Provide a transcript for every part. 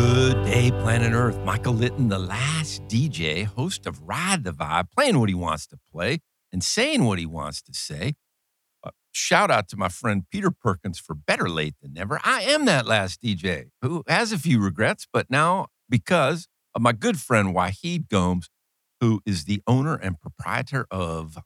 DJ Planet Earth, Michael Litton, the last DJ, host of Ride the Vibe, playing what he wants to play and saying what he wants to say. Uh, shout out to my friend Peter Perkins for Better Late Than Never. I am that last DJ who has a few regrets, but now because of my good friend Wahid Gomes, who is the owner and proprietor of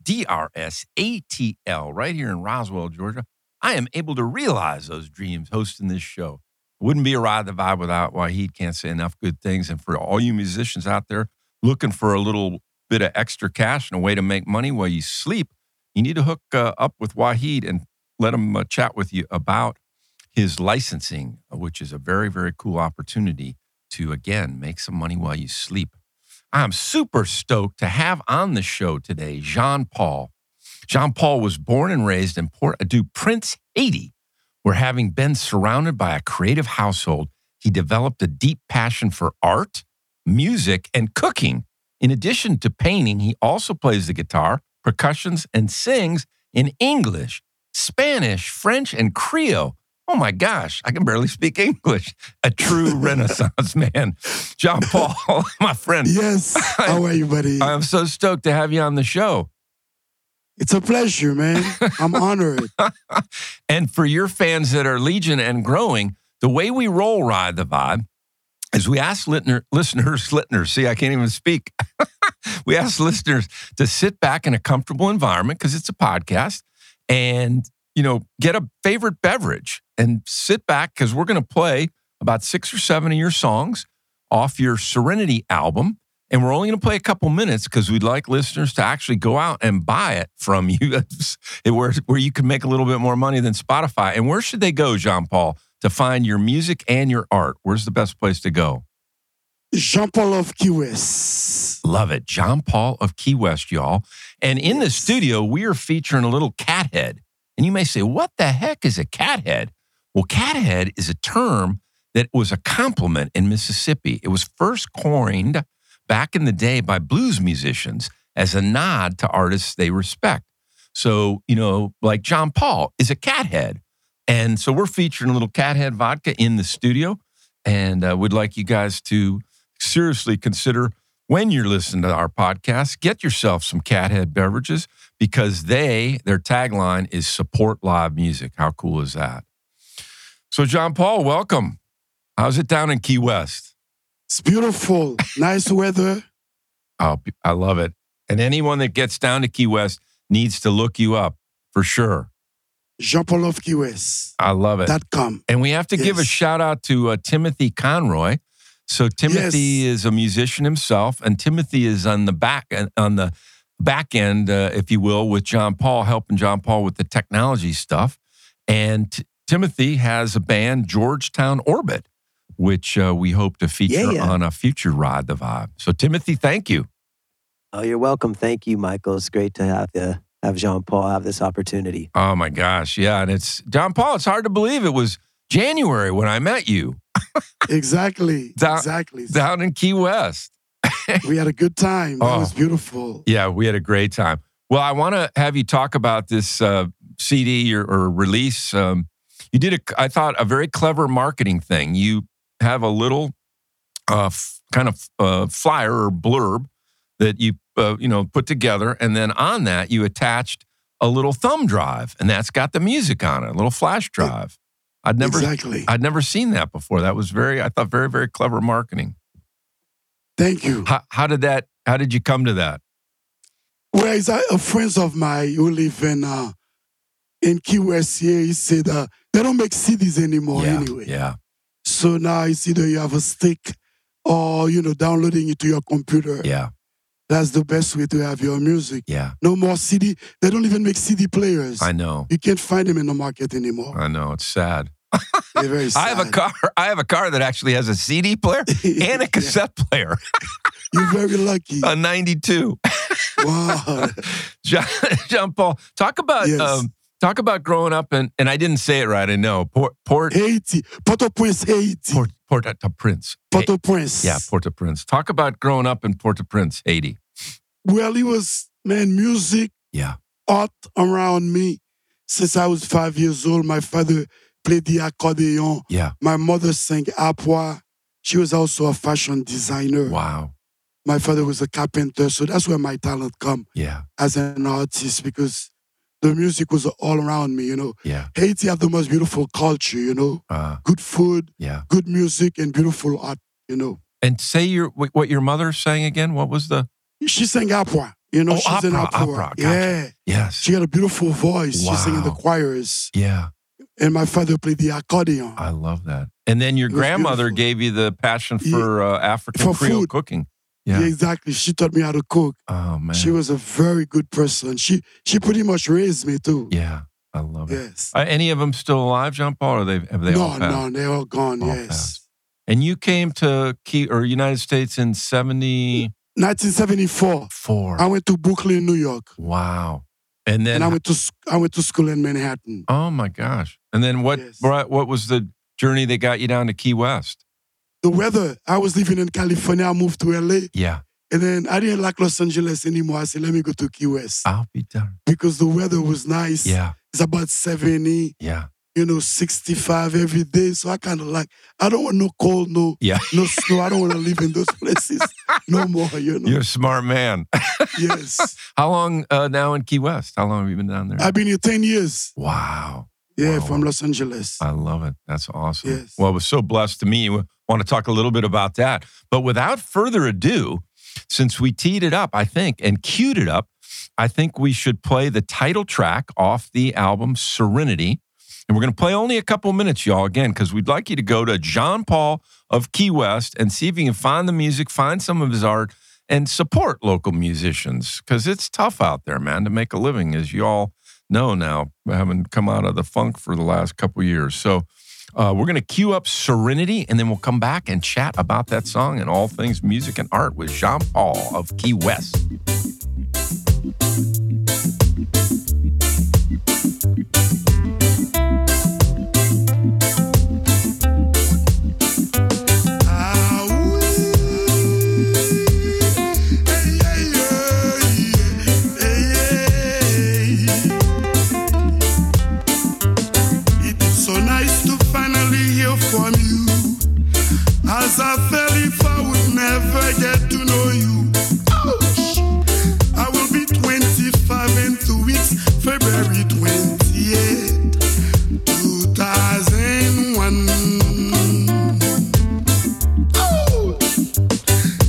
DRS ATL right here in Roswell, Georgia, I am able to realize those dreams hosting this show. Wouldn't be a ride the vibe without Wahid. Can't say enough good things. And for all you musicians out there looking for a little bit of extra cash and a way to make money while you sleep, you need to hook uh, up with Wahid and let him uh, chat with you about his licensing, which is a very, very cool opportunity to, again, make some money while you sleep. I'm super stoked to have on the show today Jean Paul. Jean Paul was born and raised in Port du Prince, Haiti, where having been surrounded by a creative household, he developed a deep passion for art, music, and cooking. In addition to painting, he also plays the guitar, percussions, and sings in English, Spanish, French, and Creole. Oh my gosh, I can barely speak English. A true Renaissance man. John Paul, my friend. Yes. How are you, buddy? I'm so stoked to have you on the show. It's a pleasure, man. I'm honored. and for your fans that are legion and growing, the way we roll Ride the Vibe is we ask litner, listeners, listeners, see, I can't even speak. we ask listeners to sit back in a comfortable environment because it's a podcast and, you know, get a favorite beverage and sit back because we're going to play about six or seven of your songs off your Serenity album. And we're only going to play a couple minutes because we'd like listeners to actually go out and buy it from you, where, where you can make a little bit more money than Spotify. And where should they go, Jean Paul, to find your music and your art? Where's the best place to go? Jean Paul of Key West. Love it. Jean Paul of Key West, y'all. And in the studio, we are featuring a little cat head. And you may say, what the heck is a cat head? Well, cat head is a term that was a compliment in Mississippi. It was first coined back in the day by blues musicians as a nod to artists they respect. So, you know, like John Paul is a cathead. And so we're featuring a little cathead vodka in the studio. And uh, we'd like you guys to seriously consider when you're listening to our podcast, get yourself some cathead beverages because they, their tagline is support live music. How cool is that? So, John Paul, welcome. How's it down in Key West? It's beautiful. Nice weather. Oh, I love it. And anyone that gets down to Key West needs to look you up for sure. Jean Paul of Key West. I love it. Dot com. And we have to yes. give a shout out to uh, Timothy Conroy. So Timothy yes. is a musician himself, and Timothy is on the back uh, on the back end, uh, if you will, with John Paul helping John Paul with the technology stuff. And t- Timothy has a band, Georgetown Orbit which uh, we hope to feature yeah, yeah. on a future Ride the Vibe. So, Timothy, thank you. Oh, you're welcome. Thank you, Michael. It's great to have the have Jean Paul have this opportunity. Oh my gosh, yeah, and it's John Paul. It's hard to believe it was January when I met you. exactly. down, exactly. Down in Key West. we had a good time. It oh, was beautiful. Yeah, we had a great time. Well, I want to have you talk about this uh, CD or, or release. Um, you did, a, I thought, a very clever marketing thing. You have a little uh, f- kind of uh, flyer or blurb that you uh, you know put together, and then on that you attached a little thumb drive, and that's got the music on it, a little flash drive. I'd never exactly. I'd never seen that before. That was very I thought very very clever marketing. Thank you. How, how did that? How did you come to that? Well, is a, a friends of mine who live in uh, in Key West here. He said uh, they don't make CDs anymore yeah, anyway. Yeah. So now it's either you have a stick or you know downloading it to your computer. Yeah. That's the best way to have your music. Yeah. No more CD. They don't even make CD players. I know. You can't find them in the market anymore. I know. It's sad. They're very sad. I have a car. I have a car that actually has a CD player and a cassette player. You're very lucky. A 92. wow. John, John Paul, talk about yes. um, Talk about growing up in, and I didn't say it right, I know. Port, Port Haiti. Port-au-Prince, Haiti. Port, Port-au-Prince. Port-au-Prince. Yeah, Port-au-Prince. Talk about growing up in Port-au-Prince, Haiti. Well, it was, man, music, yeah, art around me. Since I was five years old, my father played the accordion. Yeah. My mother sang apwa. She was also a fashion designer. Wow. My father was a carpenter, so that's where my talent come Yeah. as an artist because the music was all around me, you know. Yeah. Haiti have the most beautiful culture, you know. Uh, Good food, yeah. good music, and beautiful art, you know. And say your wh- what your mother sang again. What was the? She sang opera, you know. Oh, she's an opera, opera. opera, gotcha. Yeah. Yes. She had a beautiful voice. She sang in the Wow. choirs. yeah. And my father played the accordion. I love that. And then your It was grandmother beautiful. gave you the passion Yeah. for uh, African For Creole food. cooking. Yeah. yeah, exactly. She taught me how to cook. Oh man. She was a very good person. She she pretty much raised me too. yeah. I love it. Yes. Are any of them still alive, John Paul? Or they have they all no, passed? no, they're all gone. All yes. passed. And you came to Key or United States in seventy 1974. four. I went to Brooklyn, New York, Wow. And then and I went to sc- I went to school in Manhattan. oh my gosh. And then what Yes. brought, what was the journey that got you down to Key West? The weather. I was living in California. I moved to LA, Yeah. and then I didn't like Los Angeles anymore. I said, let me go to Key West I'll be done. because the weather was nice. Ah. Yeah. It's about 70, Yeah. you know, 65 every day. So I kind of like. I don't want no cold, no Yeah. no snow. I don't want to live in those places no more. You know. You're a smart man. Yes. How long uh, now in Key West? How long have you been down there? I've been here 10 years. wow. Yeah, Wow. from Los Angeles. I love it. That's awesome. Yes. Well, it was so blessed to me. We want to talk a little bit about that. But without further ado, since we teed it up, I think, and queued it up, I think we should play the title track off the album Serenity. And we're going to play only a couple minutes, y'all, again, because we'd like you to go to John Paul of Key West and see if you can find the music, find some of his art, and support local musicians because it's tough out there, man, to make a living, as y'all know now, having come out of the funk for the last couple years. So uh, we're going to queue up Serenity and then we'll come back and chat about that song and all things music and art with Jean Paul of Key West. It's so nice to finally hear from you. As I fell if I would never get to know you. Ouch! I will be 25 in two weeks, February 28, 2001.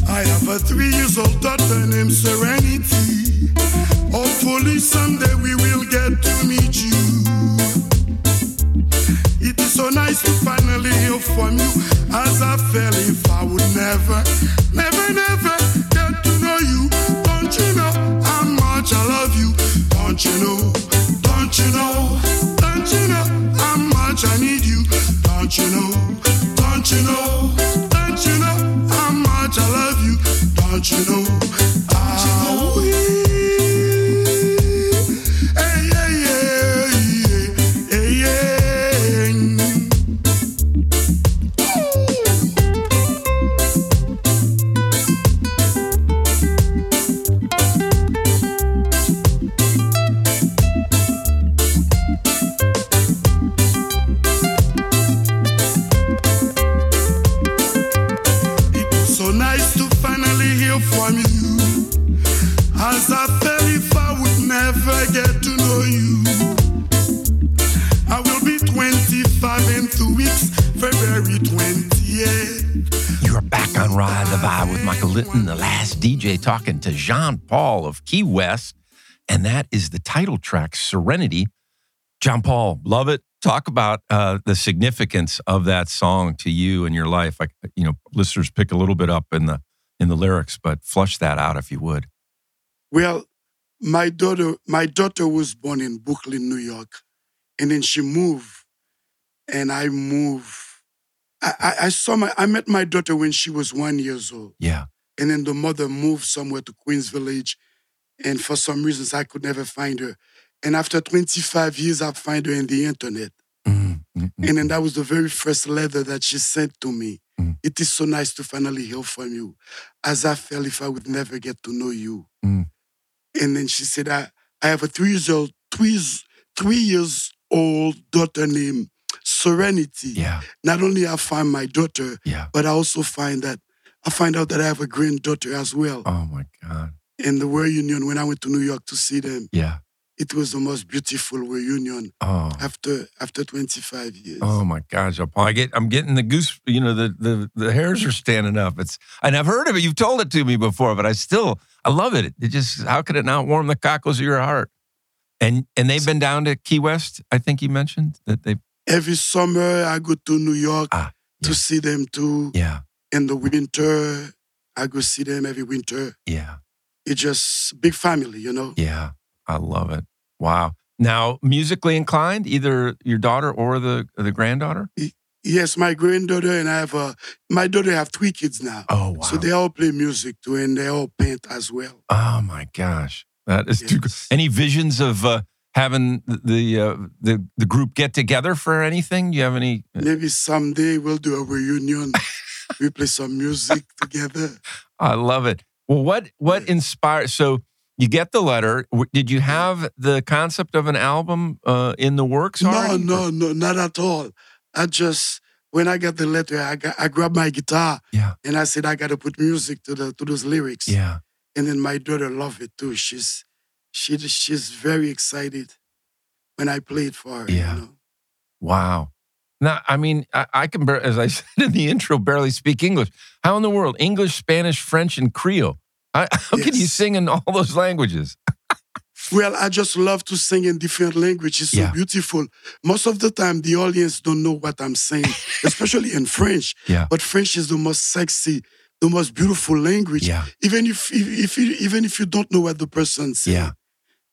I have a three years old daughter named Serenity. Hopefully, someday we will get to meet you. It is so nice to finally hear from you. As I fell, if I would never, never, never get to know you. Don't you know how much I love you? Don't you know? Don't you know? Don't you know how much I need you? Don't you know? Don't you know? Don't you know how much I love you? Don't you know? Ah, oui. Hey, yeah, yeah, yeah. Hey, yeah. It's so nice to finally hear from you. As I fell, if I would never get to know you. I will be 25 in two weeks, February 28th. You're back on Ride the Vibe with Michael Litton, the last DJ talking to Jean Paul of Key West. And that is the title track, Serenity. John Paul, love it. Talk about uh, the significance of that song to you and your life. Like, you know, listeners pick a little bit up in the in the lyrics, but flush that out if you would. Well, my daughter, my daughter was born in Brooklyn, New York, and then she moved, and I moved. I, I, I saw my, I met my daughter when she was one years old, Yeah. and then the mother moved somewhere to Queens Village, and for some reasons I could never find her. And after 25 years, I find her in the internet. Mm, mm, mm. And then that was the very first letter that she sent to me. Mm. It is so nice to finally hear from you, as I felt if I would never get to know you. Mm. And then she said, I, I have a three years old, three, three years old daughter named serenity. Yeah. Not only I find my daughter, Yeah. but I also find that I find out that I have a granddaughter as well. Oh my God. In the reunion, when I went to New York to see them, Yeah. it was the most beautiful reunion Oh. after after 25 years. Oh my gosh, Jean Paul. I get I'm getting the goose, you know, the the the hairs are standing up. It's and I've heard of it. You've told it to me before, but I still I love it. It just how could it not warm the cockles of your heart? And and they've been down to Key West, I think you mentioned that they Every summer, I go to New York Ah, to yeah. see them too. Yeah, In the winter, I go see them every winter. yeah, It's just big family, you know. yeah. I love it. Wow. Now, musically inclined, either your daughter or the the granddaughter? Yes, my granddaughter and I have a. My daughter have three kids now, Oh wow. so they all play music too, and they all paint as well. Oh my gosh, that is too. gr- Yes. Any visions of uh, having th- the uh, the the group get together for anything? Do you have any? uh, Maybe someday we'll do a reunion. we play some music together. I love it. Well, what what inspired? So you get the letter. W- Did you have the concept of an album uh, in the works? No, already? no, no, not at all. I just when I got the letter, I got, I grabbed my guitar Yeah. and I said I got to put music to the to those lyrics. Yeah. And then my daughter loved it too. She's she she's very excited when I play it for her. Yeah. You know? Wow. Now, I mean, I, I can, bar- as I said in the intro, barely speak English. How in the world? English, Spanish, French, and Creole. I, how can you Yes. sing in all those languages? Well, I just love to sing in different languages. It's so Yeah. beautiful. Most of the time, the audience don't know what I'm saying, especially in French. Yeah. But French is the most sexy, the most beautiful language. Yeah. Even if, if, if you, even if you don't know what the person says, Yeah.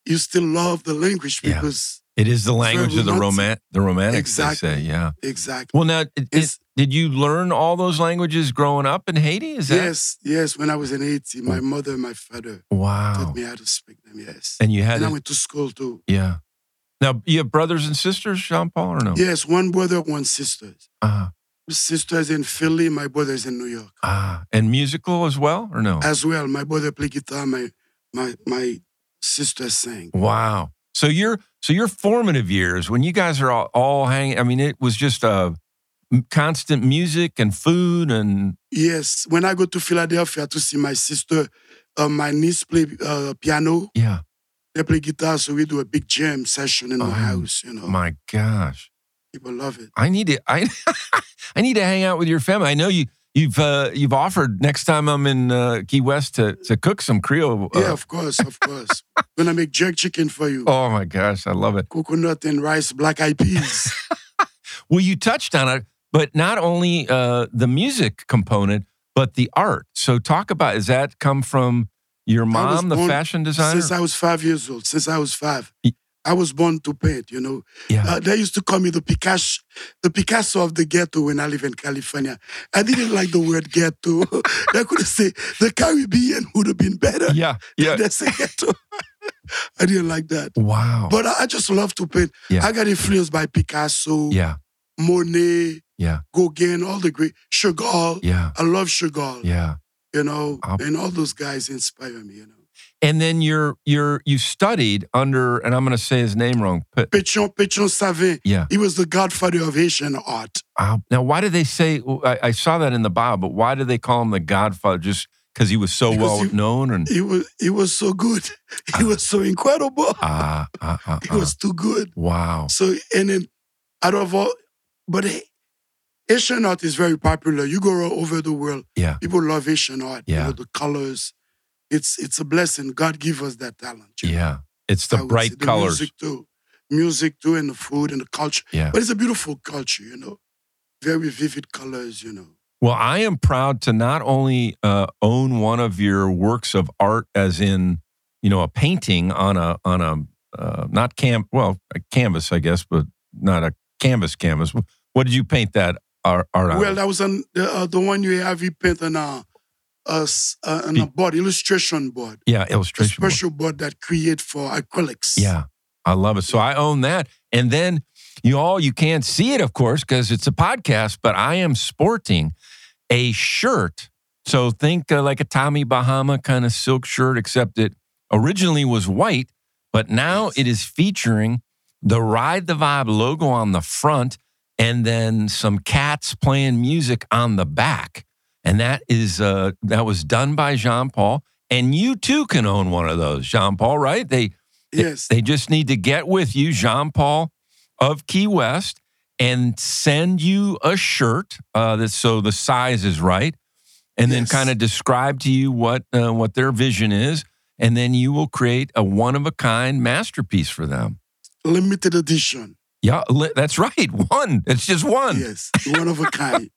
you still love the language Yeah. because It is the language of the roman romantic. the romantics they say, Exactly. yeah. exactly. Well, now, it- it- It's- did you learn all those languages growing up in Haiti? Is that Oh. yes, yes. When I was in Haiti, my mother and my father wow? taught me how to speak them. Yes, And you had, and I it- went to school too. yeah. Now you have brothers and sisters, Jean Paul, or no? Yes, one brother, one sister. Ah, Sister's in Philly, my brother's in New York. ah, and musical as well, or no? as well. My brother played guitar. My my my sister sang. Wow. So your so your formative years when you guys are all, all hanging. I mean, it was just uh, m- constant music and food and Yes, when I go to Philadelphia to see my sister, uh, my niece play uh, piano. yeah. They play guitar, so we do a big jam session in Oh, the house. You know, My gosh. people love it. I need to I I need to hang out with your family. I know you you've uh, you've offered next time I'm in uh, Key West to to cook some Creole. uh, yeah, of course, of course. Gonna make jerk chicken for you. Oh my gosh, I love it. Coconut and rice, black eyed peas. Well, you touched on it, but not only uh, the music component, but the art. So talk about is that come from your was mom, the born fashion designer? since I was five years old, since I was five, Y- I was born to paint. You know, yeah. Uh, they used to call me the Picasso, the Picasso of the ghetto when I live in California. I didn't like the word ghetto. they could have said the Caribbean would have been better. yeah, yeah. That's a ghetto. I didn't like that. Wow. But I I just love to paint. Yeah. I got influenced by Picasso, yeah, Monet, yeah, Gauguin, all the great Chagall. yeah, I love Chagall, yeah. you know, I'll- and all those guys inspire me, you know. And then you're you're you studied under, and I'm going to say his name wrong, but Pétion, Pétion Savin, yeah. he was the godfather of Haitian art. Wow. Now, why do they say? I, I saw that in the Bible, but why do they call him the Godfather? Just because he was so Because well he- known, and He was, he was so good. He was so incredible. ah, ah, ah, It ah. was too good. wow, So and then out of all, but eh, Asian art is very popular. You go all over the world. Yeah. people love Asian art. You Yeah. know, the colors. It's it's a blessing. God give us that talent. you know. yeah. It's the I would say bright the colors. Music too, music too, and the food and the culture. Yeah. But it's a beautiful culture, you know. Very vivid colors, you know. Well, I am proud to not only uh, own one of your works of art, as in, you know, a painting on a on a uh, not cam well a canvas, I guess, but not a canvas canvas. What did you paint that art, art on? Well, that was on the, uh, the one you have. You paint on a, a s- uh, on a board, illustration board, yeah, a illustration. book. special board that create for acrylics. Yeah, I love it. So I own that, and then you all you can't see it, of course, because it's a podcast. But I am sporting a shirt. So think uh, like a Tommy Bahama kind of silk shirt, except it originally was white, but now Yes. it is featuring the Ride the Vibe logo on the front. and then some cats playing music on the back. And that is uh, that was done by Jean Paul. And you too can own one of those, Jean Paul, right? They Yes. they just need to get with you, Jean Paul of Key West, and send you a shirt uh, that's so the size is right, and Yes. then kind of describe to you what uh, what their vision is, and then you will create a one of a kind masterpiece for them. Limited edition. Yeah, li- that's right. One. It's just one. Yes. One of a kind.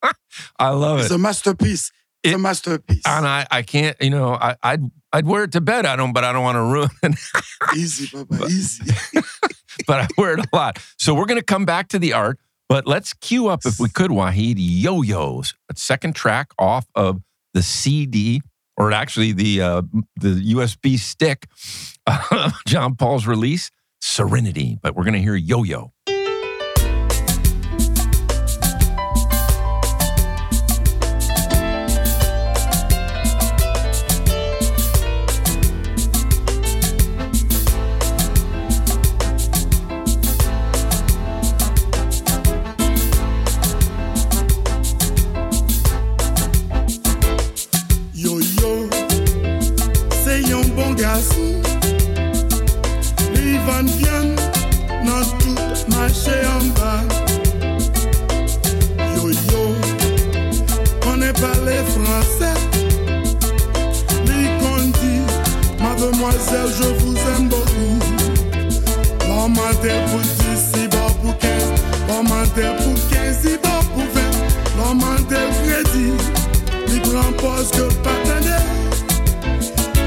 I love It's it. a masterpiece. It's It- a masterpiece. and I, I can't, you know, I, I'd I'd wear it to bed. I don't, but I don't want to ruin it. Easy, Papa. Easy. but I wear it a lot. So we're going to come back to the art, but let's cue up, if we could, Wahid Yo Yo's, a second track off of the CD, or actually the, uh, the USB stick of John Paul's release, Serenity. But we're going to hear Yo Yo. Yo yo, c'est un bon garçon. Les van viennent dans tout marché en bas. Yo yo, on est parlé français. Les conti, mademoiselle, je vous aime beaucoup. Bon matin pour 10, si bon pour 15. Bon matin pour 15, si bon pour 20. Bon matin crédit, il prend poste que patanais.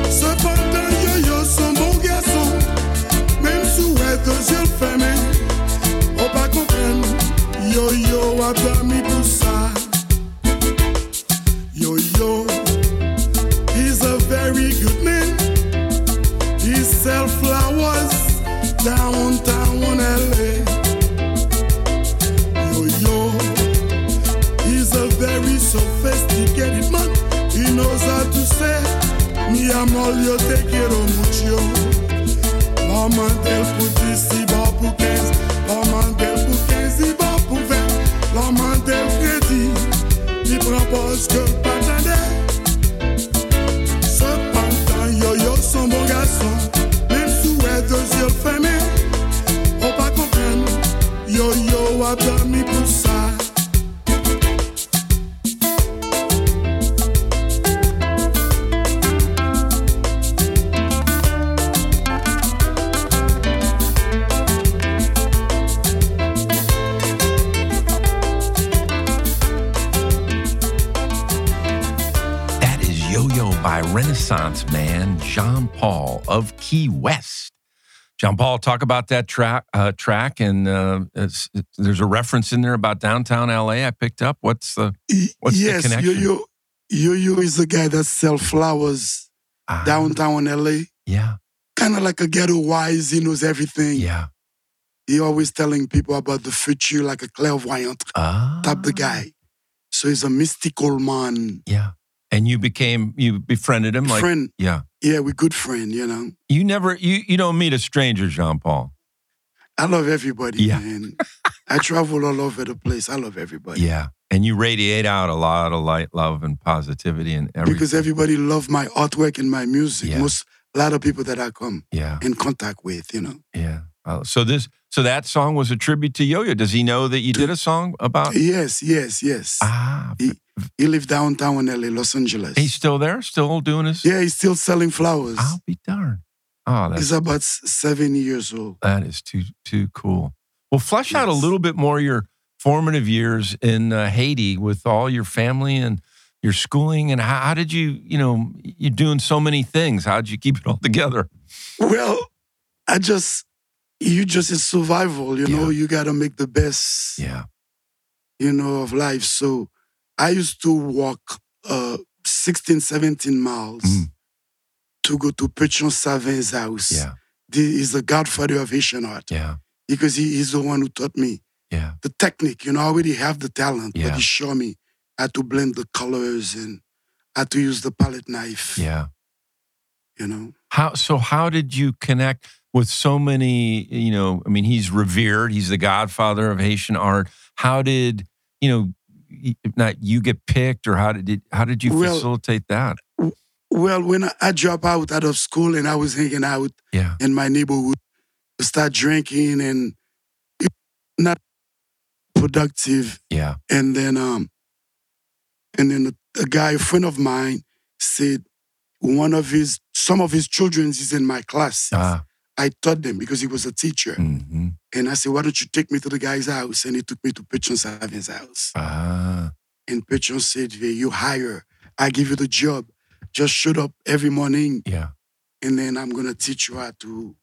Cependant, yo-yo sont bon garçon. Même sous les deux yeux fermés, on pas comprendre. Yo-yo a dormi pour ça. Yo-yo, he's a very good man. He sell flowers downtown LA. Yo yo, he's a very sophisticated man. He knows how to say, Mi amor, yo te quiero mucho. Maman del pour 10, si bon pour 15. Maman del pour 15, si bon pour 20. Maman del crédit, il propose que pas t'attendais. Cependant, yo-yo son bon garçon. Même sous les deux yeux fermés, on pas comprendre. Yo-yo a dormi pour ça. That is Yo Yo by Renaissance man John Paul of Key West. John Paul, talk about that track. Uh, track and uh, it's- there's a reference in there about downtown LA. I picked up. What's the Y- What's the yes, connection? yo-yo. Yo-yo is the guy that sell flowers Ah, downtown LA. Yeah, Kind of like a ghetto wise, he knows everything. yeah. He always telling people about the future like a clairvoyant Ah, type the guy. So he's a mystical man. Yeah, and you became you befriended him like friend. yeah. Yeah, we good friend, you know. You never you you don't meet a stranger, Jean Paul. I love everybody, Yeah. man. I travel all over the place. I love everybody. Yeah, and you radiate out a lot of light, love, and positivity, and everything. Because everybody love my artwork and my music. Yeah. Most a lot of people that I come yeah, in contact with, you know. yeah. Uh, So this so that song was a tribute to Yo-Yo. Does he know that you did a song about? Yes, yes, yes. Ah, He live downtown in LA, Los Angeles. he's Ah, still there, still doing his. yeah, he's still selling flowers. I'll be darned. Oh, that's He's about s- 70 years old. That is too too cool. Well, flesh out a Yes. little bit more your formative years in uh, Haiti with all your family and your schooling, and how, how did you, you know, you're doing so many things. How did you keep it all together? Well, I just you just in survival, you know, you gotta make the best. Yeah, you know, of life. So I used to walk uh, 16, 17 miles Mm. to go to Pechon Savin's house. yeah, The, he's the godfather of Haitian art yeah, because he, he's the one who taught me yeah, the technique. You know, I already have the talent, Yeah. but he showed me how to blend the colors and how to use the palette knife, yeah. you know. How so? How did you connect with so many? You know, I mean, he's revered. He's the godfather of Haitian art. how did you know? y- Not you get picked, or how did it, how did you Well- facilitate that? Well, when I- I dropped out out of school and I was hanging out Yeah, in my neighborhood, I start drinking and it- not productive. yeah, And then, um, and then a, a guy, a friend of mine, said one of his, some of his children is in my class. ah, I taught them because he was a teacher. hmm And I said, why don't you take me to the guy's house? And he took me to Pichon Savin's house. ah, And Pichon said, "Hey, you hire, I give you the job. Just shoot up every morning yeah, and then I'm gonna teach you how to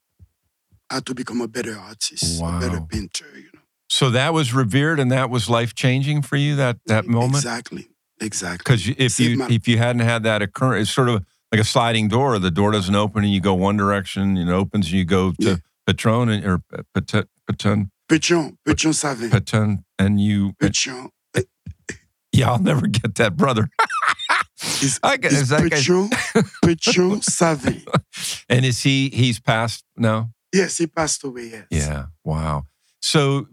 how to become a better artist, a better Wow. painter, you know. So that was revered, and that was life changing for you that that moment. Exactly. Exactly. Because if Saved you my- if you hadn't had that occurrence, it's sort of like a sliding door. The door doesn't open, and you go one direction, and it opens, and you go to Yeah. Patron and or uh, Patron Patron Pichon, Pichon Savin. Patron, and you. Pichon. yeah, I'll never get that brother. Is, I guess, is I guess- Pichon, Pichon Savin. and is he he's passed now? Yes, he passed away, yes. Yeah. Wow. So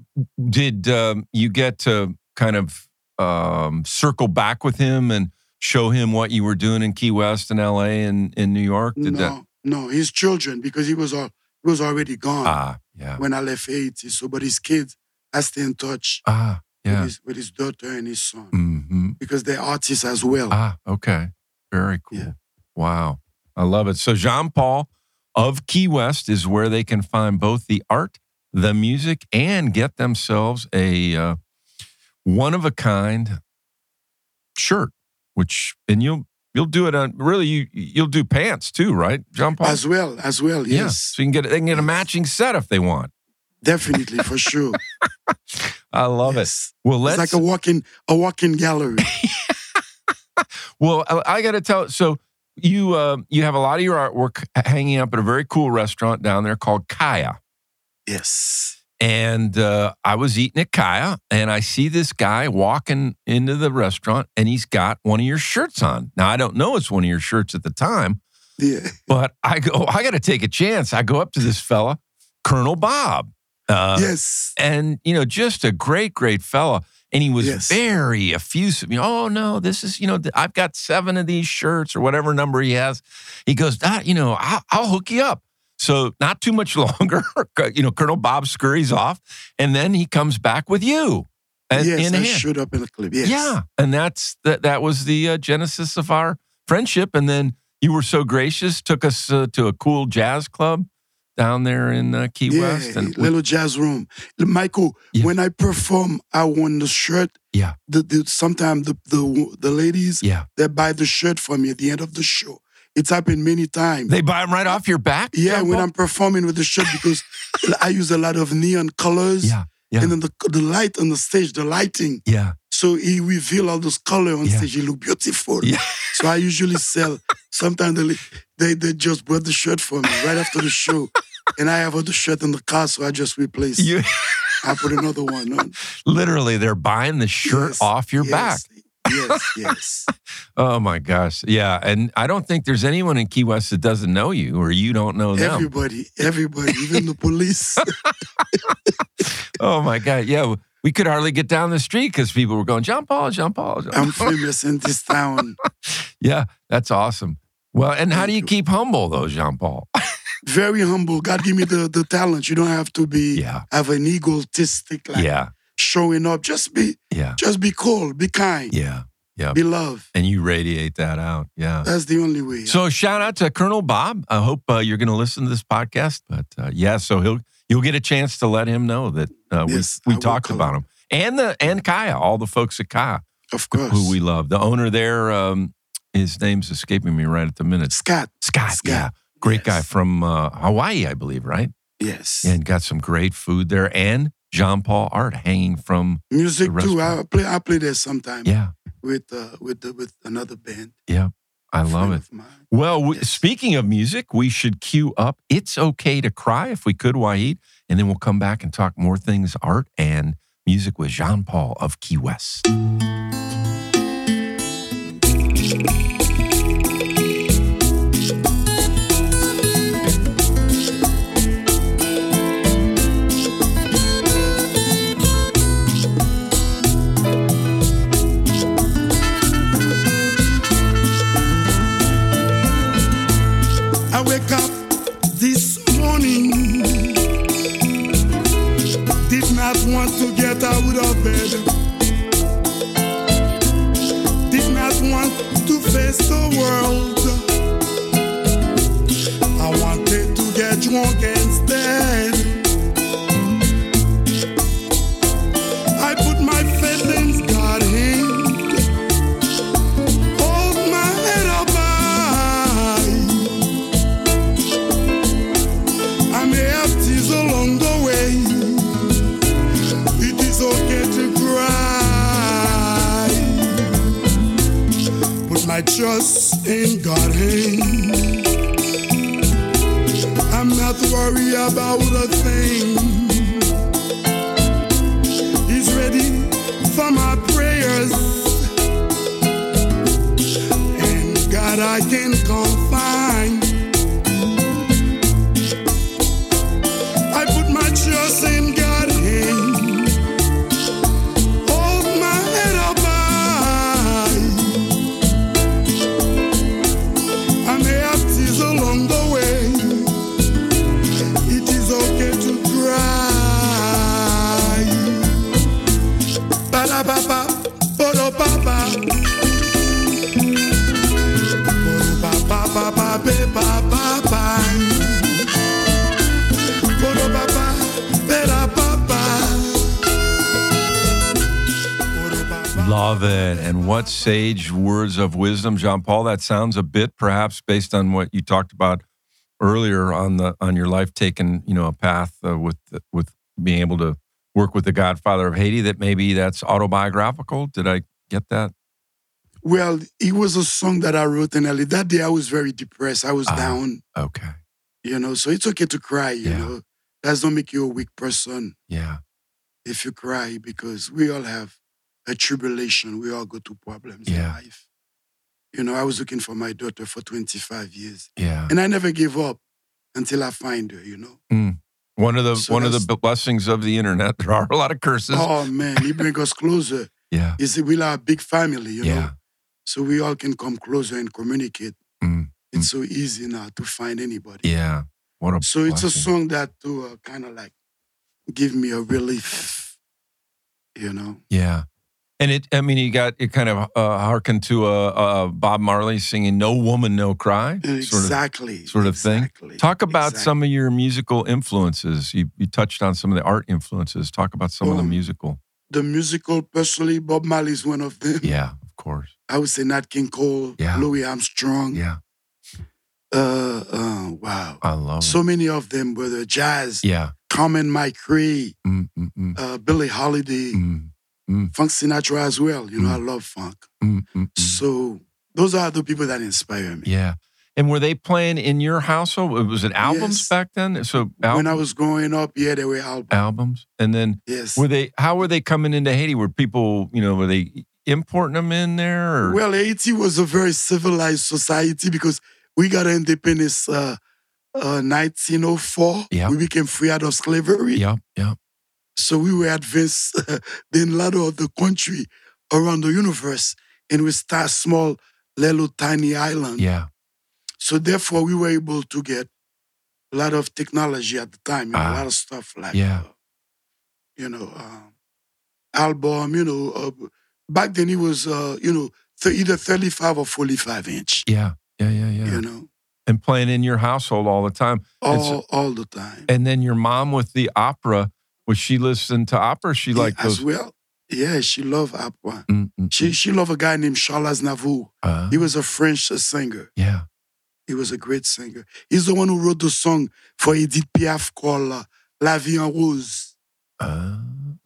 did um, you get to kind of um, circle back with him and show him what you were doing in Key West and L.A. and in New York? Did no, that? no, his children, because he was all he was already gone Ah, yeah. when I left 80. So but his kids, I stay in touch Ah, with, yeah. his, with his daughter and his son. Mm-hmm. Because they're artists as well. Ah, okay. Very cool. Yeah. Wow. I love it. So Jean Paul of Key West is where they can find both the art, the music, and get themselves a uh, one of a kind shirt. Which and you'll you'll do it on really you you'll do pants too, right, Jean Paul? As well, as well, Yeah. yes. So you can get they can get a Yes. matching set if they want. Definitely, for sure. I love yes. it. Well, let's It's like a walking a walking gallery. Well, I, I got to tell. So you uh, you have a lot of your artwork hanging up at a very cool restaurant down there called Kaya, yes. and uh, I was eating at Kaya, and I see this guy walking into the restaurant, and he's got one of your shirts on. Now I don't know it's one of your shirts at the time, Yeah. but I go, I got to take a chance. I go up to this fella, Colonel Bob. Uh, yes. and you know just a great great fella and he was Yes. very effusive you know, oh no this is you know th- i've got seven of these shirts or whatever number he has he goes ah, you know I'll, I'll hook you up so not too much longer you know colonel bob scurries off and then he comes back with you and, yes, in I hand. showed up in a clip. Yes. yeah and that's that that was the uh, genesis of our friendship and then you were so gracious took us uh, to a cool jazz club down there in uh, key Yeah, west and little jazz room. Michael, Yeah. when I perform, I want the shirt. Yeah. The, the sometimes the, the the ladies yeah that buy the shirt for me at the end of the show. It's happened many times. They buy them right off your back. yeah, Jean when Paul? I'm performing with the shirt because I use a lot of neon colors. Yeah, yeah. And then the the light on the stage, the lighting. yeah, So he reveal all those color on Yeah. stage. He look beautiful. Yeah. So I usually sell. Sometimes they, they they just brought the shirt for me right after the show, and I have other shirt in the car, so I just replace. you I put another one on. literally they're buying the shirt Yes, off your back. yes, Yes, yes. Oh my gosh, yeah. And I don't think there's anyone in Key West that doesn't know you or you don't know them. Everybody, everybody, even the police. oh my god, yeah. We could hardly get down the street because people were going John Paul, John Paul. Jean I'm Paul." famous in this town. yeah, that's awesome. Well, and how Thank do you you. keep humble though, Jean Paul? Very humble. God give me the the talent. You don't have to be Yeah. have an egotistic like yeah, showing up. Just be yeah, just be cool, be kind, yeah. be love. And you radiate that out. Yeah. That's the only way. So shout out to Colonel Bob. I hope uh, you're going to listen to this podcast. But uh, yeah, so he'll you'll get a chance to let him know that uh, Yes, we I we will, talked Colonel. about him and the and Kaya, all the folks at Kaya of course, who we love. The owner there, um, his name's escaping me right at the minute. Scott. Scott, Scott, yeah, great guy yes. from uh, Hawaii, I believe, right? Yes. And got some great food there and Jean Paul art hanging from Music the too. I restaurant. play. I play there sometimes yeah. with uh, with the, with another band. I love it. Well, w- Yes. speaking of music, we should cue up It's Okay to Cry if we could, Waheed. And then we'll come back and talk more things art and music with Jean Paul of Key West. your bed. Did not want to face the world. I wanted to get drunk instead. I put my faith in God's hand. Hold my head up high. I may have tears along the way. It is okay to cry. Put my trust in God's hand. I'm not worried about a thing. He's ready for my prayers. And God, I can confine. I put my trust in God's hand. Hold my head up high. I may have tears along the way. It is okay to cry. Ba da ba ba, ba da ba ba. Ba ba ba ba ba ba ba ba. Poro papa, pera papa. Poro papa. Love it. And what sage words of wisdom, Jean Paul. That sounds a bit perhaps based on what you talked about earlier on the on your life taking, you know, a path uh, with with being able to work with the Godfather of Haiti that maybe that's autobiographical. Did I get that? Well, it was a song that I wrote in LA. That day I was very depressed. I was Ah. down, Okay. you know, so it's okay to cry, you Yeah. know. That don't make you a weak person Yeah. if you cry because we all have a tribulation. We all go through problems in Yeah. life. You know, I was looking for my daughter for 25 years Yeah. and I never gave up until I find her, you know. One of the So one of that's- the blessings of the internet. There are a lot of curses. Oh man, it brings us closer. yeah. You see, we are a big family, you know. yeah. so we all can come closer and communicate. Mm, It's so easy now to find anybody. Yeah. What a So it's a blessing. song that to uh, kind of like give me a relief, you know. Yeah. And it, I mean, you got it kind of uh, harkened to uh, uh, Bob Marley singing "No Woman, No Cry." Sort of. Exactly. sort of thing. Exactly, Talk about exactly. some of your musical influences. You, you touched on some of the art influences. Talk about some of the Um, musical. the musical. Personally, Bob Marley is one of them. Yeah, of course. I would say Nat King Cole, Yeah. Louis Armstrong. Yeah, Uh, uh, wow. I love so it. many of them, whether jazz, Oh, Yeah. Common Mike Cree, Mm, mm, mm, uh, Billie Holiday, mm, Funk Sinatra as well. You know, Mm. I love funk. mm, mm, mm. So those are the people that inspire me. Yeah. And were they playing in your household? Was it albums Yes. back then? So al- When I was growing up, yeah, they were albums. albums. And then yes. were they? How were they coming into Haiti? Were people, you know, were they importing them in there? Or? Well, Haiti was a very civilized society because we got independence uh, uh, 1904. Yeah. We became free out of slavery. yeah, yeah. So we were advanced then ladder of the country around the universe, and we start small, little tiny island. Yeah. So therefore, we were able to get a lot of technology at the time, you know, Ah, a lot of stuff like, yeah. uh, you know, um, album, you know. Uh, back then it was, uh, you know, th- either 35 or 45 inch, Yeah. Yeah. Yeah. Yeah. you know, And playing in your household all the time. And so- all, all the time. And then your mom with the opera, was she listening to opera? She Yeah, liked As those. well, yeah, she loved opera. Mm, mm, She, mm. she loved a guy named Charles Navour. Uh, He was a French singer. yeah. He was a great singer. He's the one who wrote the song for Edith Piaf called uh, La Vie en Rose. Uh,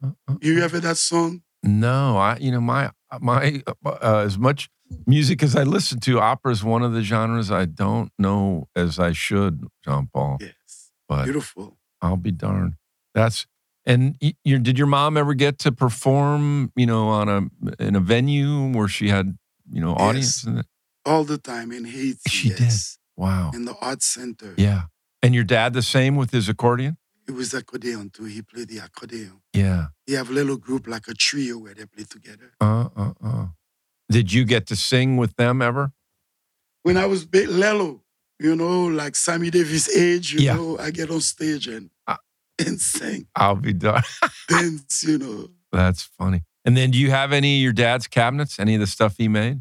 uh, uh. You ever heard that song? no, I. You know my my uh, as much music as I listen to, opera is one of the genres I don't know as I should, Jean Paul. Yes. But Beautiful. I'll be darned. That's and y- your did your mom ever get to perform? You know, on a in a venue where she had you know audience. Yes. And that? All the time in Haiti. She did. yes. Wow. In the art center. Yeah. And your dad the same with his accordion. It was accordion too. He played the accordion. Yeah. He have a little group like a trio where they play together. Uh, uh, uh. Did you get to sing with them ever? When I was big, Lelo, you know, like Sammy Davis age, you Yeah. know, I get on stage and Ah. and sing, I'll be done. dance, you know. That's funny. And then do you have any of your dad's cabinets? Any of the stuff he made?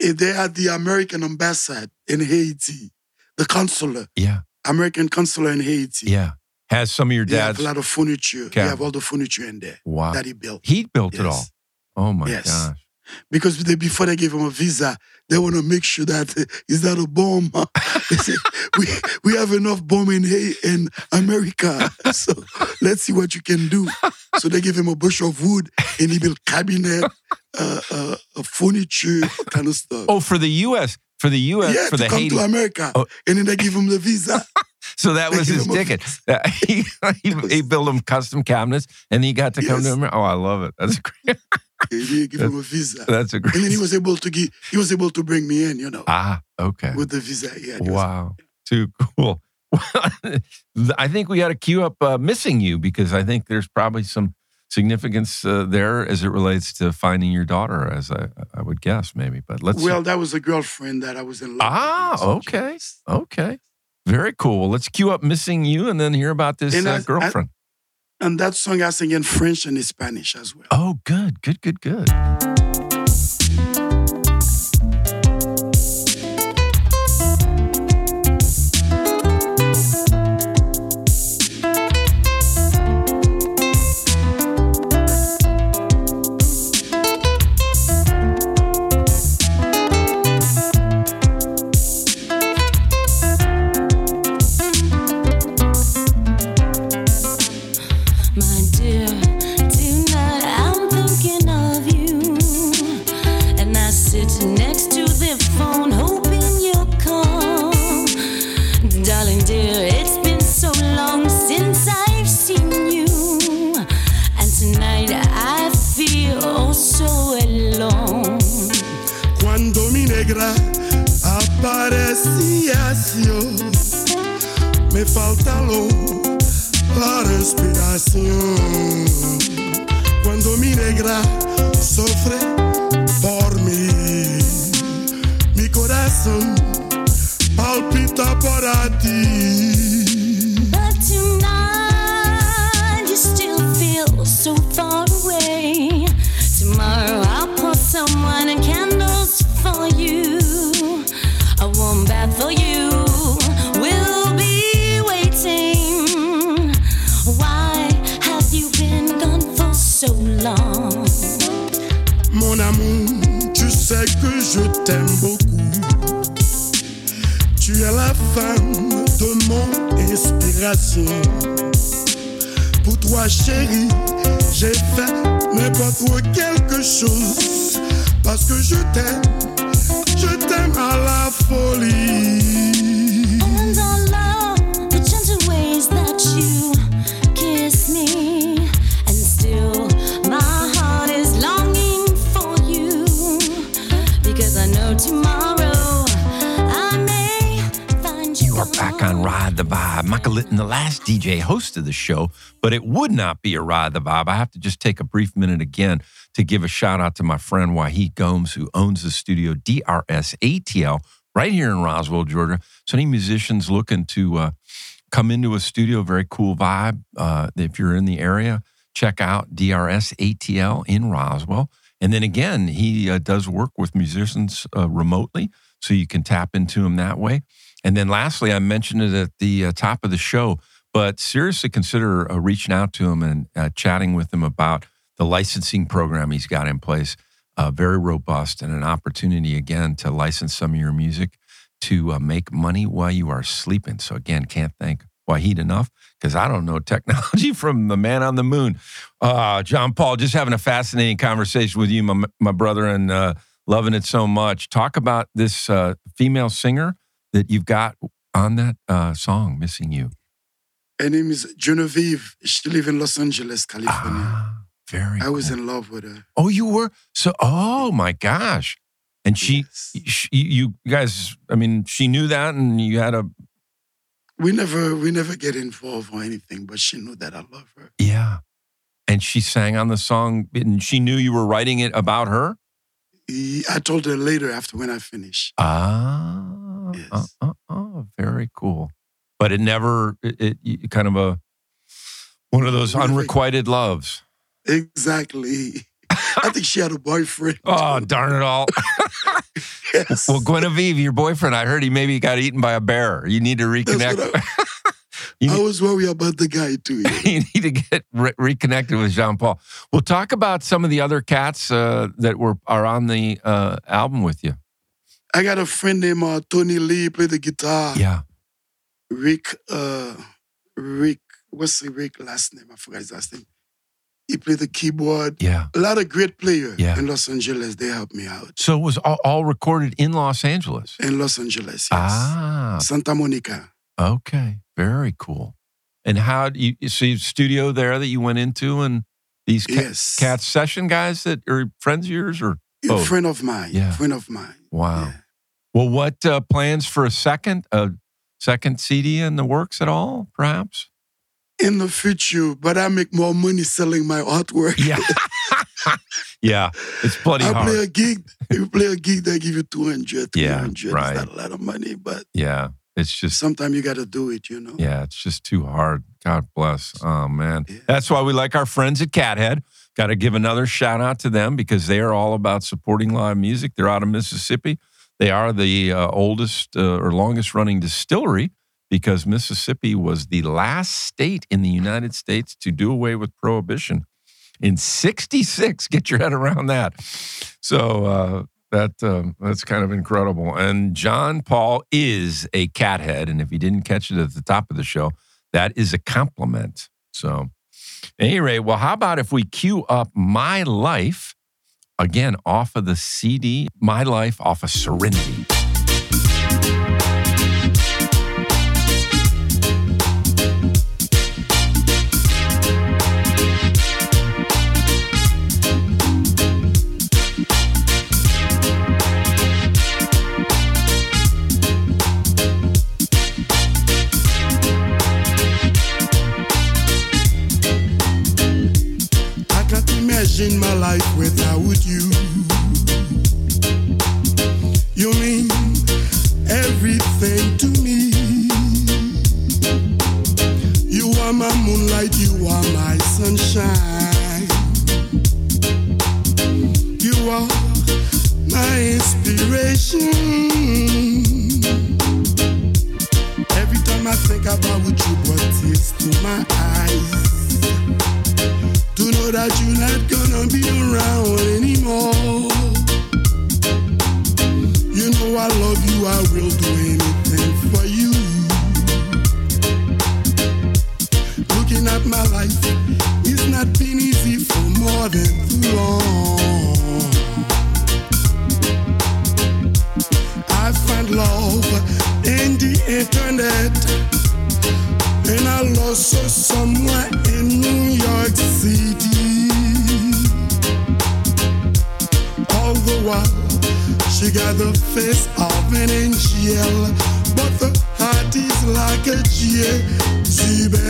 Eh, They had the American ambassador in Haiti, the consular, Yeah. American consular in Haiti. Yeah. Has some of your They have dad's. a lot of furniture. They Yeah. have all the furniture in there Wow. that he built. He built it Yes. all. Oh my Yes. gosh. Because they, before they gave him a visa, they want to make sure that uh, is that a bomb. they said, we we have enough bomb in Haiti in America, so let's see what you can do. So they give him a bush of wood and he built cabinet, uh, uh, uh, furniture, all kind of stuff. Oh, for the U.S. For the U.S. yeah, for to the come Haiti. to America, Oh. and then they give him the visa. So that They was give his him a ticket. Uh, he, he, he built him custom cabinets, and he got to come to Yes. America. Oh, I love it. That's great. They did give him a visa, That's a great. and then he was able to give, he was able to bring me in, you know, ah, okay. with the visa. Yeah, it was Wow, too cool. I think we ought to queue up uh, "Missing You" because I think there's probably some significance uh, there as it relates to finding your daughter, as I, I would guess, maybe. But let's Well, that was a girlfriend that I was in love Ah, with. So she- okay. okay, very cool. Well, let's queue up "Missing You" and then hear about this And uh, I- I- girlfriend. And that song I sing in French and Spanish as well. oh, good, good, good, good. My dear, tonight I'm thinking of you. And I sit next to the phone, hoping you'll call. Darling dear, it's been so long since I've seen you. And tonight I feel oh so alone. Cuando mi negra aparecía, yo, me falta lo, la respiración. Cuando mi negra sufre por mí, mi corazón palpita para ti. But tonight you still feel so far away. Tomorrow I'll pour some wine and candles for you. A warm bath for you will be waiting. Why have you been gone for so long? Mon amour, tu sais que je t'aime beaucoup. Tu es la femme de mon inspiration. Pour toi, chérie, j'ai fait n'importe quoi, quelque chose. Parce que je t'aime, je t'aime à la folie. And I love the gentle ways that you kiss me, and still my heart is longing for you because I know tomorrow I may find you. You are back on Ride the Vibe. Michael Litton, the last DJ host of the show, but it would not be a Ride the Vibe. I have to just take a brief minute again to give a shout out to my friend Wahid Gomes, who owns the studio DRS ATL right here in Roswell, Georgia. So, any musicians looking to uh, come into a studio, very cool vibe. Uh, if you're in the area, check out DRS ATL in Roswell. And then again, he uh, does work with musicians uh, remotely, so you can tap into him that way. And then lastly, I mentioned it at the uh, top of the show, but seriously consider uh, reaching out to him and uh, chatting with him about the licensing program he's got in place. Uh, very robust and an opportunity again to license some of your music to uh, make money while you are sleeping. So again, can't thank Wahid enough because I don't know technology from the man on the moon. Uh, John Paul, just having a fascinating conversation with you, my, my brother, and uh, loving it so much. Talk about this uh, female singer that you've got on that uh, song, Missing You. Her name is Genevieve. She lives in Los Angeles, California. Ah, very I was cool. in love with her. Oh, you were? So, oh my gosh. And she, Yes. she, you guys, I mean, she knew that and you had a, We never we never get involved or anything, but she knew that I love her. yeah. And she sang on the song and she knew you were writing it about her? He- I told her later after when I finish. Ah, Yes. uh, uh, uh, very cool. But it never, it, it- kind of a, one of those Really? unrequited loves. Exactly. I think she had a boyfriend. Oh, darn it all. yes. Well, Guinevere, your boyfriend, I heard he maybe got eaten by a bear. You need to That's reconnect. what I, You I need- was worried about the guy too. yeah. you need to get re- reconnected with Jean Paul. We'll talk about some of the other cats uh, that were are on the uh, album with you. I got a friend named uh, Tony Lee play the guitar. Yeah. Rick, uh, Rick, what's the Rick last name? I forgot his last name. He played the keyboard. Yeah. A lot of great players Yeah. in Los Angeles. They helped me out So it was all, all recorded in Los Angeles. in Los Angeles. Yes. Ah, Santa Monica. okay. Very cool. And how do you see studio there that you went into and these ca- Yes. cats session guys that are friends of yours or A Oh. friend of mine. Yeah. Friend of mine. wow. Yeah. Well, what uh, plans for a second a second CD in the works at all? Perhaps. In the future, but I make more money selling my artwork. Yeah. yeah. It's bloody I hard. play a gig. You play a gig, they give you 200, 300. Yeah, right. It's not a lot of money, but yeah. It's just sometimes you got to do it, you know? Yeah, it's just too hard. God bless. Oh man. Yeah. That's why we like our friends at Cathead. Got to give another shout out to them because they are all about supporting live music. They're out of Mississippi. They are the uh, oldest uh, or longest running distillery because Mississippi was the last state in the United States to do away with prohibition in 66. Get your head around that. So uh, that um, that's kind of incredible. And John Paul is a cathead, and if you didn't catch it at the top of the show, that is a compliment. So, anyway, well, how about if we cue up my life again off of the CD, my life off of Serenity. I can't imagine my life without you. You mean everything to me. You are my moonlight, you are my sunshine. You are my inspiration. Every time I think about you, what is to my eyes? to know that you're not gonna be around anymore. You know I love you, I will do anything for you. Looking at my life, it's not been easy for more than too long. I find love in the internet. And I lost her somewhere in New York City. All the while, she got the face of an angel, but the heart is like a GBA.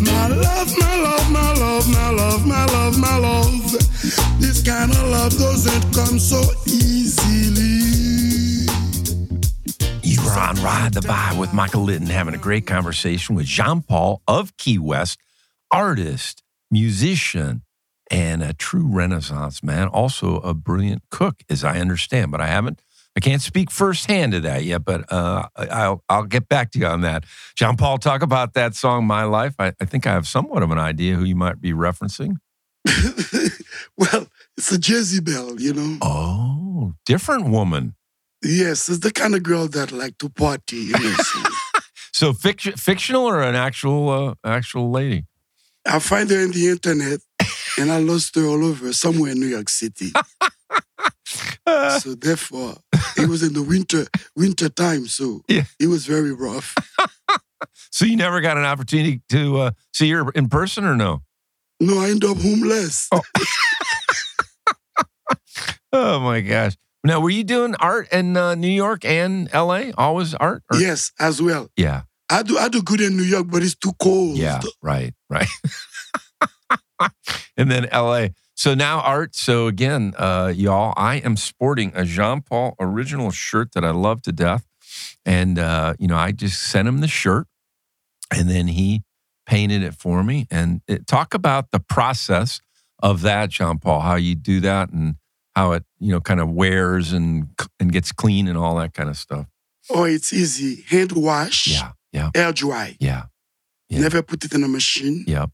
My love, my love, my love, my love, my love, my love. This kind of love doesn't come so easily. You were on Ride the Vibe with Michael Litton having a great conversation with Jean Paul of Key West, artist, musician, and a true Renaissance man. Also a brilliant cook, as I understand, but I haven't. I can't speak firsthand to that yet, but uh, I- I'll I'll get back to you on that. Jean Paul, talk about that song "My Life." I, I think I have somewhat of an idea who you might be referencing. well, it's a Jezebel, you know. Oh, different woman. Yes, it's the kind of girl that like to party. You know, so So fiction, fictional or an actual uh, actual lady? I find her in the internet, and I lost her all over somewhere in New York City. so therefore, it was in the winter winter time, so Yeah. it was very rough. So you never got an opportunity to uh, see her in person or no? No, I end up homeless. Oh my gosh. Now, were you doing art in uh, New York and LA? Always art? Or- Yes, as well. Yeah. I do I do good in New York, but it's too cold. Yeah. Right. Right. and then LA. So now art. So again, uh, y'all, I am sporting a Jean Paul original shirt that I love to death. And, uh, you know, I just sent him the shirt and then he painted it for me. And it, talk about the process of that, Jean Paul, how you do that and how it, you know, kind of wears and, and gets clean and all that kind of stuff. Oh, it's easy. Hand wash, Yeah. Yeah. air dry. Yeah. Yeah. Never put it in a machine. Yeah.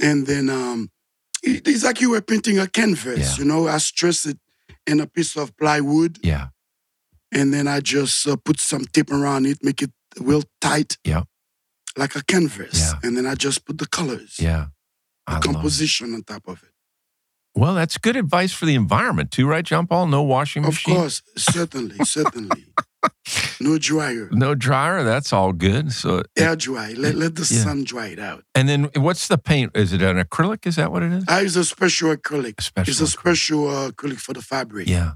And then um it- it's like you were painting a canvas, Yeah. you know. I stress it in a piece of plywood Yeah. and then I just uh, put some tape around it, make it real tight. Yeah. Like a canvas. Yeah. And then I just put the colors, Yeah. I love the it. composition on top of it. Well, that's good advice for the environment too, right, John Paul? No washing Of machine. course, certainly, certainly. No dryer. No dryer. That's all good. So Air dry. Let, let the Yeah. sun dry it out. and then what's the paint? Is it an acrylic? Is that what it is? I use a special acrylic. A special Uh, it's a acrylic. special uh, acrylic for the fabric. Yeah.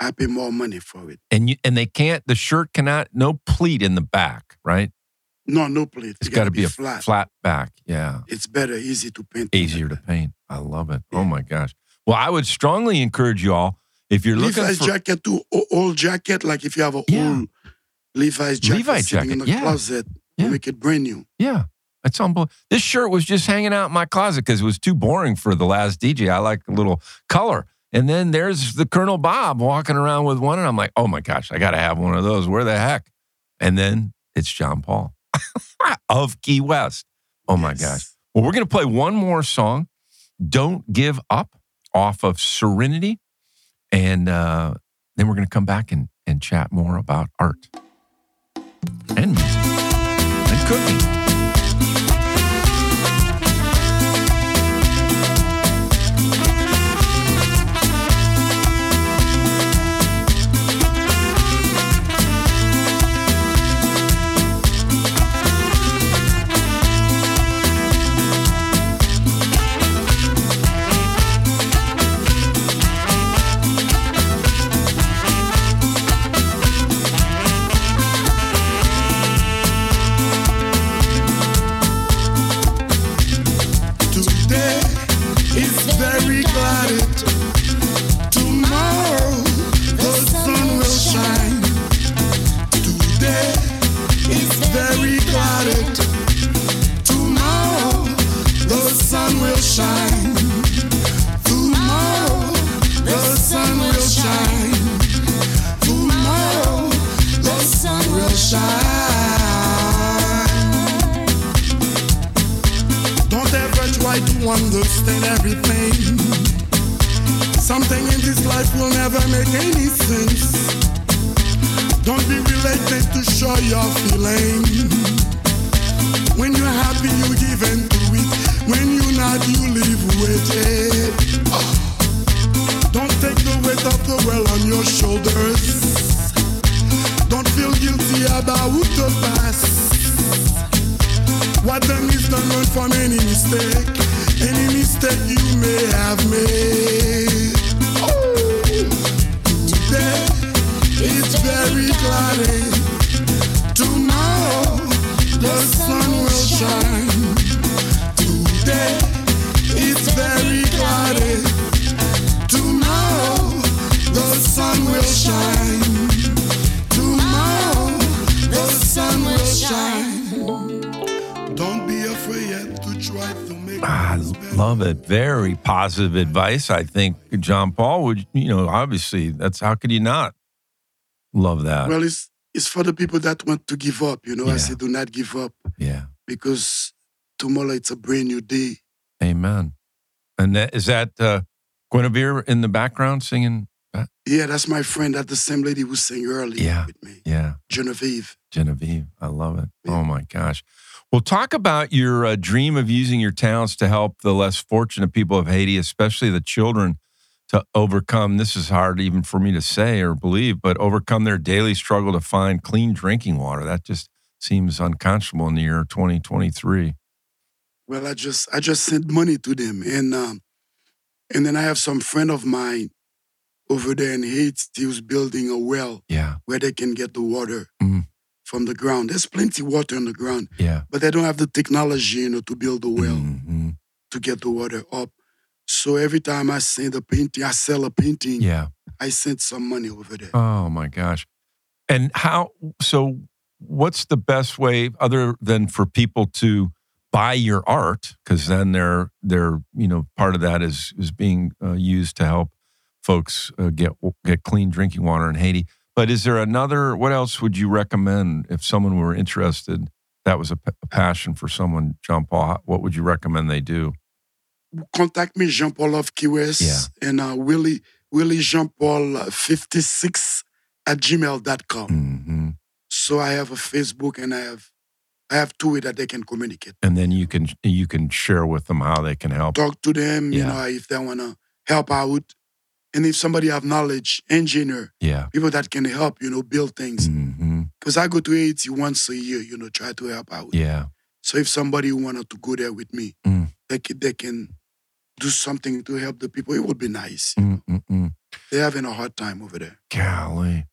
I pay more money for it. And you and they can't the shirt cannot no pleat in the back, right? No, no plate. It's It gotta gotta be, a flat. back. Yeah. It's better, easy to paint. than Easier to that. paint. I love it. Yeah. Oh my gosh. Well, I would strongly encourage y'all if you're looking Levi's for jacket too. o- Old jacket, like if you have an Yeah. old Levi's jacket Levi's sitting in jacket, the yeah. closet, Yeah. you make it brand new. Yeah. It's unbelievable. This shirt was just hanging out in my closet because it was too boring for the last DJ. I like a little color. And then there's the Colonel Bob walking around with one, and I'm like, oh my gosh, I got to have one of those. Where the heck? And then it's John Paul of Key West. Oh my Yes. gosh. Well, we're going to play one more song, Don't Give Up, off of Serenity. And uh, then we're going to come back and, and chat more about art and music and cooking. Today is very clouded. Tomorrow the sun will shine. Today is very clouded. Tomorrow the sun will shine. Tomorrow the sun will shine. Tomorrow the sun will shine. Don't ever try to understand everything. Something in this life will never make any sense. Don't be reluctant to show your feeling. When you're happy, you give in to it. When you're not, you live with it. Don't take the weight of the world on your shoulders. Don't feel guilty about the past. What done is done, learn from any mistake. Any mistake you may have made. Oh, today it's very cloudy. Tomorrow the sun will shine. Today it's very cloudy. Tomorrow the sun will shine. Tomorrow the sun will shine. Don't be afraid to try to make I things better. love it. Very positive advice. I think John Paul would, you know, obviously that's how could you not love that? Well, it's it's for the people that want to give up. You know, I Yeah. say do not give up yeah. because tomorrow it's a brand new day. Amen. And that is that uh, Guinevere in the background singing? that? Yeah, that's my friend. That's the same lady who sang earlier Yeah. with me, Yeah. Genevieve. Genevieve. I love it. Oh my gosh. Well, talk about your uh, dream of using your talents to help the less fortunate people of Haiti, especially the children, to overcome. This is hard even for me to say or believe, but overcome their daily struggle to find clean drinking water. That just seems unconscionable in the year 2023. Well, I just I just sent money to them, and um, and then I have some friend of mine over there in Haiti who's building a well Yeah. where they can get the water Mhm. from the ground. There's plenty water on the ground, Yeah. but they don't have the technology, you know, to build a well Mhm. to get the water up. So every time I send a painting, I sell a painting, Yeah. I send some money over there. Oh my gosh. And how so what's the best way other than for people to buy your art cuz then they're they're you know part of that is is being uh, used to help folks uh, get get clean drinking water in Haiti. But is there another what else would you recommend if someone were interested that was a, p- a passion for someone John Paul what would you recommend they do? Contact me, Jean Paul of Key West, Yeah. and uh, Willie, Willie Jean Paul uh, 56 at gmail.com. Mhm. So I have a Facebook and I have I have two way that they can communicate. And then you can you can share with them how they can help. Talk to them, you Yeah. know, if they wanna help out. And if somebody have knowledge, engineer, Yeah. people that can help, you know, build things. Mhm. Because I go to Haiti once a year, you know, try to help out. Yeah. So if somebody wanted to go there with me, Mm. they can, they can do something to help the people. It would be nice. Mm, mm, mm. They're having a hard time over there. Golly.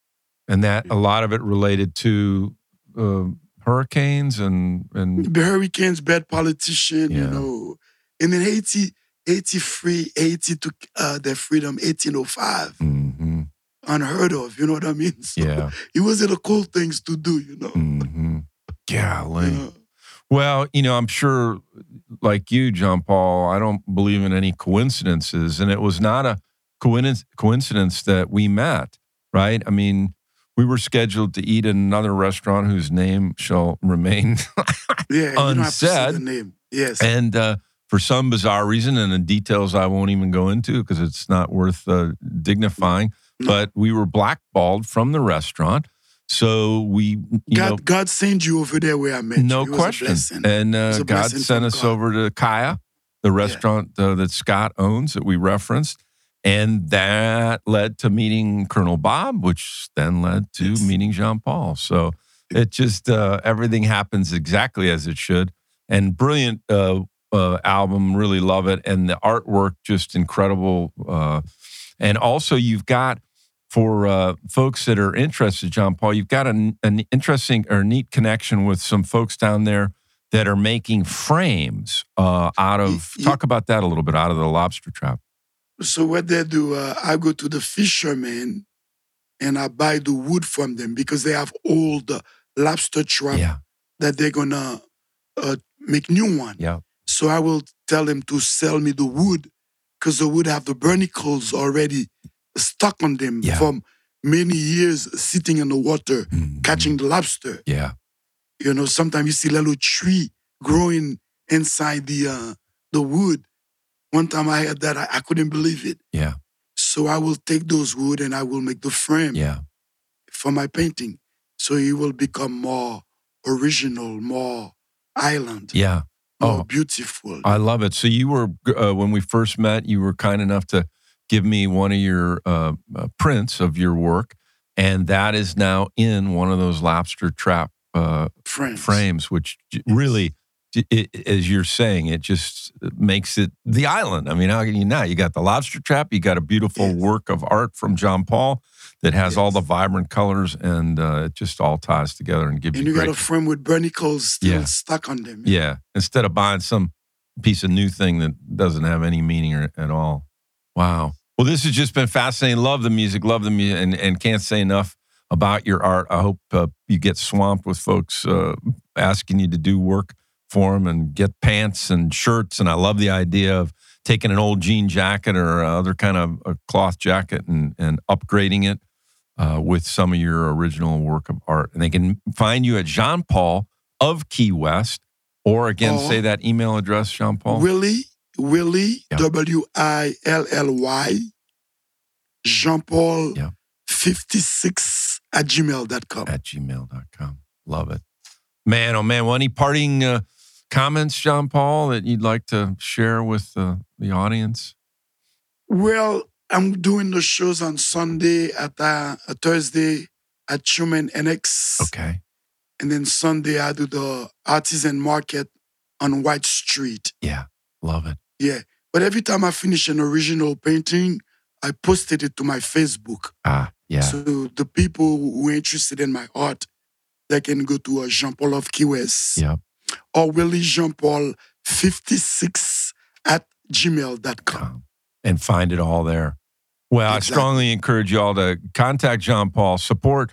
And that a lot of it related to uh, hurricanes and and The hurricanes, bad politician, you Yeah. know. And in Haiti, 83, 80 took uh, their freedom, 1805. Mhm. Unheard of, you know what I mean? So yeah. It wasn't the cool things to do, you know. Mhm. Golly. Yeah. Well, you know, I'm sure, like you, John Paul, I don't believe in any coincidences. And it was not a coinc- coincidence that we met, right? I mean, we were scheduled to eat at another restaurant whose name shall remain yeah, you don't have to say the Unsaid. name. Yes. And uh, for some bizarre reason, and the details I won't even go into because it's not worth uh, dignifying, No. but we were blackballed from the restaurant. So we, you God, know, God sent you over there where I met no you. It was a question. blessing. And was uh, a God blessing sent from us God. over to Kaya, the restaurant uh, that Scott owns that we referenced. And that led to meeting Colonel Bob, which then led to Yes. meeting Jean Paul. So it just, uh, everything happens exactly as it should. And brilliant uh, uh, album, really love it. And the artwork, just incredible. Uh, and also, you've got for uh, folks that are interested, John Paul, you've got an, an interesting or neat connection with some folks down there that are making frames uh, out of. Y- y- Talk about that a little bit out of the lobster trap. So what they do, uh, I go to the fishermen and I buy the wood from them because they have old uh, lobster trap Yeah, that they're gonna uh, make new one. yeah, So I will tell them to sell me the wood because the wood have the barnacles already stuck on them Yeah. from many years sitting in the water Mhm. catching the lobster. yeah, You know, sometimes you see little tree growing inside the uh, the wood. One time I had that, I, I couldn't believe it. yeah, So I will take those wood and I will make the frame yeah, for my painting. So it will become more original, more island, yeah. more Oh. beautiful. I love it. So you were uh, when we first met, you were kind enough to give me one of your uh, uh, prints of your work, and that is now in one of those lobster trap uh, frames. frames, which j- really, j- i- i- as you're saying, it just makes it the island. I mean, how can you not? You got the lobster trap, you got a beautiful Yes. work of art from John Paul that has all the Yes. vibrant colors, and uh, it just all ties together and gives And you you got great. a frame with barnacles still Yeah. stuck on them. yeah, instead of buying some piece of new thing that doesn't have any meaning or, at all. Wow. Well, this has just been fascinating. Love the music, love the music, and, and can't say enough about your art. I hope uh, you get swamped with folks uh, asking you to do work for them and get pants and shirts. And I love the idea of taking an old jean jacket or uh, other kind of a cloth jacket and, and upgrading it uh, with some of your original work of art. And they can find you at Jean Paul of Key West, or again, Or- say that email address, Jean Paul. Willie, Willie, Yeah. W I L L Y, Jean Paul Yeah. 56 at gmail.com. at gmail.com. Love it. Man, oh man, well, any parting uh, comments, John Paul, that you'd like to share with uh, the audience? Well, I'm doing the shows on Sunday at uh, a Thursday at Truman NX. Okay. And then Sunday, I do the artisan market on White Street. Yeah. Love it. But every time I finish an original painting, I posted it to my Facebook. Ah, yeah. So the people who are interested in my art, they can go to uh, Jean Paul of Key West Yeah. or Willie Jean Paul 56 at gmail.com. com and find it all there. Well, Exactly. I strongly encourage y'all to contact John Paul, support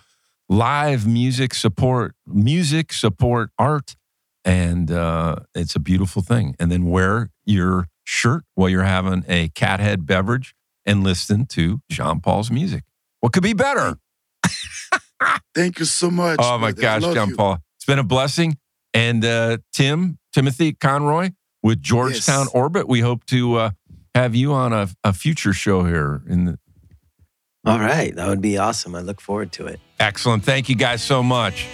live music, support music, support art, and uh, it's a beautiful thing. And then wear your shirt while you're having a cathead beverage and listen to John Paul's music. What could be better? Thank you so much. Oh my brother. I gosh, love John you. Paul. It's been a blessing. And uh, Tim, Timothy Conroy with Georgetown Yes. Orbit, we hope to uh, have you on a, a future show here in the, All right. That would be awesome. I look forward to it. Excellent. Thank you guys so much.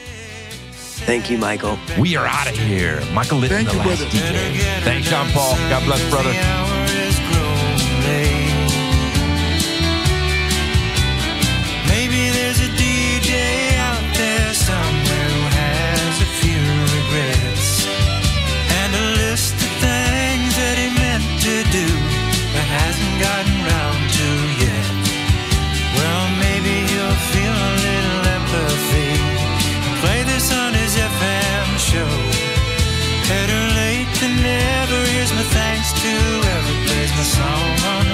Thank you, Michael. We are out of here. Michael Litton, Thank the you, last brother. DJ. Thanks, John Paul. God bless, brother. The hour has grown late. Maybe there's a DJ out there somewhere who has a few regrets and a list of things that he meant to do but hasn't gotten round to yet. Well, maybe he'll feel a little empathy and play this on his FM show. Better late than never. Here's my thanks to whoever plays my song on